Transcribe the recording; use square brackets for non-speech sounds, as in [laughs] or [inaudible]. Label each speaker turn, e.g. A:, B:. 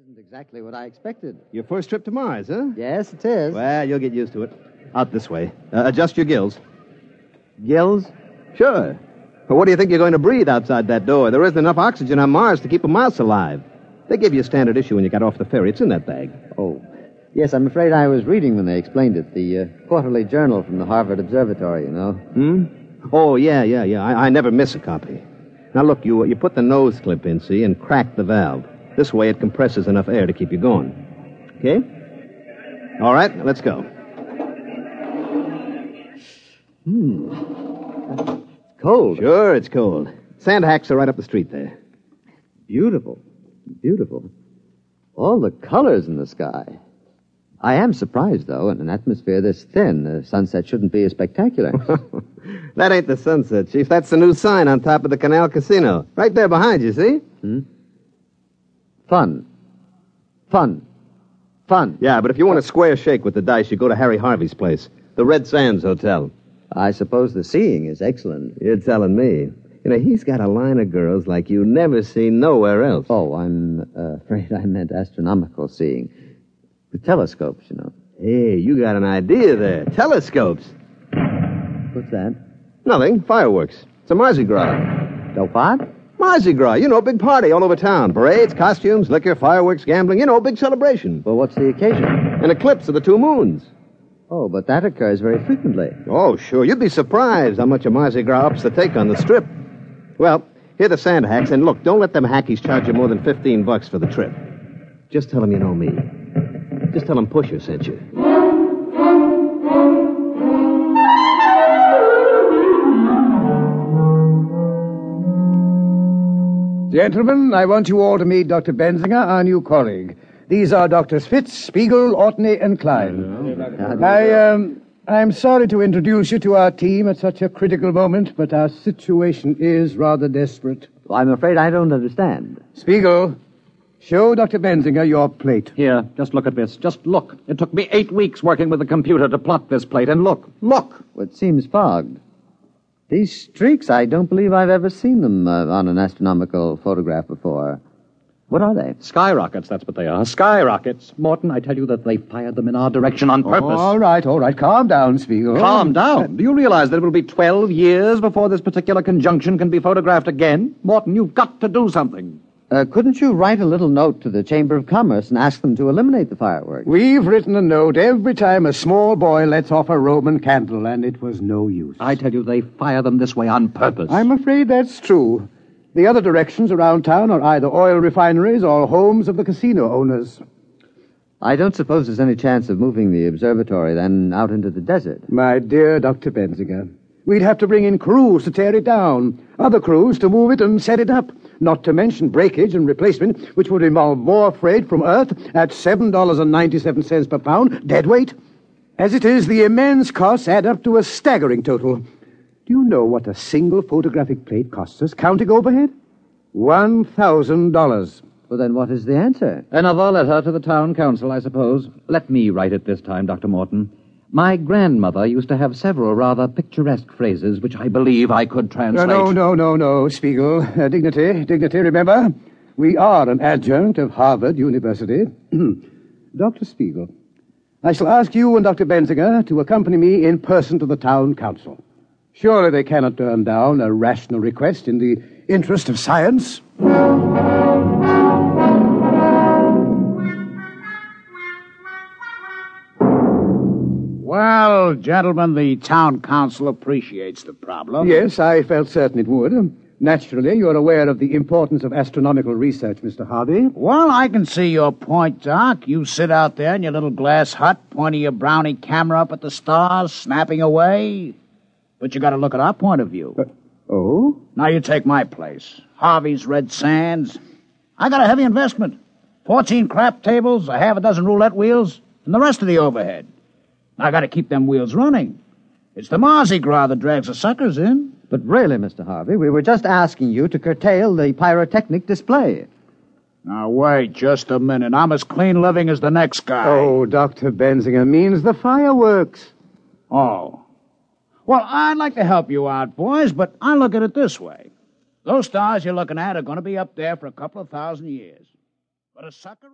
A: isn't exactly what I expected.
B: Your first trip to Mars, huh?
A: Yes, it is.
B: Well, you'll get used to it. Out this way. Uh, adjust your gills. Gills? Sure. But what do you think you're going to breathe outside that door? There isn't enough oxygen on Mars to keep a mouse alive. They gave you a standard issue when you got off the ferry. It's in that bag.
A: Oh. Yes, I'm afraid I was reading when they explained it. The uh, quarterly journal from the Harvard Observatory, you know.
B: Hmm? Oh, yeah, yeah, yeah. I, I never miss a copy. Now, look, you, you put the nose clip in, see, and crack the valve. This way it compresses enough air to keep you going. Okay? All right, let's go.
A: Cold.
B: Sure, it's Hmm. cold. Sand hacks are right up the street there.
A: Beautiful. Beautiful. All the colors in the sky. I am surprised, though, in an atmosphere this thin, the sunset shouldn't be as spectacular.
B: [laughs] That ain't the sunset, Chief. That's the new sign on top of the Canal Casino. Right there behind you, see?
A: Fun. Fun. Fun.
B: Yeah, but if you want a square shake with the dice, you go to Harry Harvey's place, the Red Sands Hotel.
A: I suppose the seeing is excellent.
B: You're telling me. You know, he's got a line of girls like you never see nowhere else.
A: Oh, I'm uh, afraid I meant astronomical seeing. The telescopes, you know.
B: Hey, you got an idea there. Telescopes.
A: What's that?
B: Nothing. Fireworks. It's a Mardi Gras.
A: No pot?
B: Mardi Gras, you know, big party all over town. Parades, costumes, liquor, fireworks, gambling, you know, big celebration.
A: Well, what's the occasion?
B: An eclipse of the two moons.
A: Oh, but that occurs very frequently.
B: Oh, sure. You'd be surprised how much a Mardi Gras ups the take on the strip. Well, here the sand hacks, and look, don't let them hackies charge you more than 15 bucks for the trip. Just tell them you know me. Just tell them Pusher sent you.
C: Gentlemen, I want you all to meet Dr. Benzinger, our new colleague. These are Doctors Fitz, Spiegel, Ortney, and Klein. I, um, I'm sorry to introduce you to our team at such a critical moment, but our situation is rather desperate.
A: Well, I'm afraid I don't understand.
C: Spiegel, show Dr. Benzinger your plate.
D: Here, just look at this. Just look. It took me eight weeks working with the computer to plot this plate, and look, look.
A: Well, it seems fogged. These streaks, I don't believe I've ever seen them uh, on an astronomical photograph before. What are they?
D: Skyrockets, that's what they are. Skyrockets. Morton, I tell you that they fired them in our direction on purpose.
A: Oh,
C: All right, all right. Calm down, Spiegel.
D: Calm down. Do you realize that it will be 12 years before this particular conjunction can be photographed again? Morton, you've got to do something.
A: Uh, couldn't you write a little note to the Chamber of Commerce and ask them to eliminate the fireworks?
C: We've written a note every time a small boy lets off a Roman candle, and it was no use.
D: I tell you, they fire them this way on purpose.
C: I'm afraid that's true. The other directions around town are either oil refineries or homes of the casino owners.
A: I don't suppose there's any chance of moving the observatory then out into the desert.
C: My dear Dr. Benziger, we'd have to bring in crews to tear it down, other crews to move it and set it up, not to mention breakage and replacement, which would involve more freight from Earth at $7.97 per pound, dead weight. As it is, the immense costs add up to a staggering total. Do you know what a single photographic plate costs us, counting overhead? $1,000.
A: Well, then what is the answer?
D: Another letter to the town council, I suppose. Let me write it this time, Dr. Morton. My grandmother used to have several rather picturesque phrases which I believe I could
C: No,
D: translate.
C: no, no, no, no, Spiegel. Uh, dignity, dignity, remember? We are an adjunct of Harvard University. [clears throat] Dr. Spiegel, I shall ask you and Dr. Benzinger to accompany me in person to the town council. Surely they cannot turn down a rational request in the interest of science.
E: Well, gentlemen, the town council appreciates the problem.
C: Yes, I felt certain it would. Naturally, you're aware of the importance of astronomical research, Mr. Harvey.
E: Well, I can see your point, Doc. You sit out there in your little glass hut, pointing your brownie camera up at the stars, snapping away. But you gotta look at our point of view.
C: Oh?
E: Now you take my place. Harvey's Red Sands. I got a heavy investment. Fourteen crap tables, a half a dozen roulette wheels, and the rest of the overhead. I gotta keep them wheels running. It's the Mardi Gras that drags the suckers in.
A: But really, Mr. Harvey, we were just asking you to curtail the pyrotechnic display.
E: Now, wait just a minute. I'm as clean living as the next guy.
C: Oh, Dr. Benzinger means the fireworks.
E: Oh. Well, I'd like to help you out, boys, but I look at it this way. Those stars you're looking at are going to be up there for a couple of thousand years. But a sucker.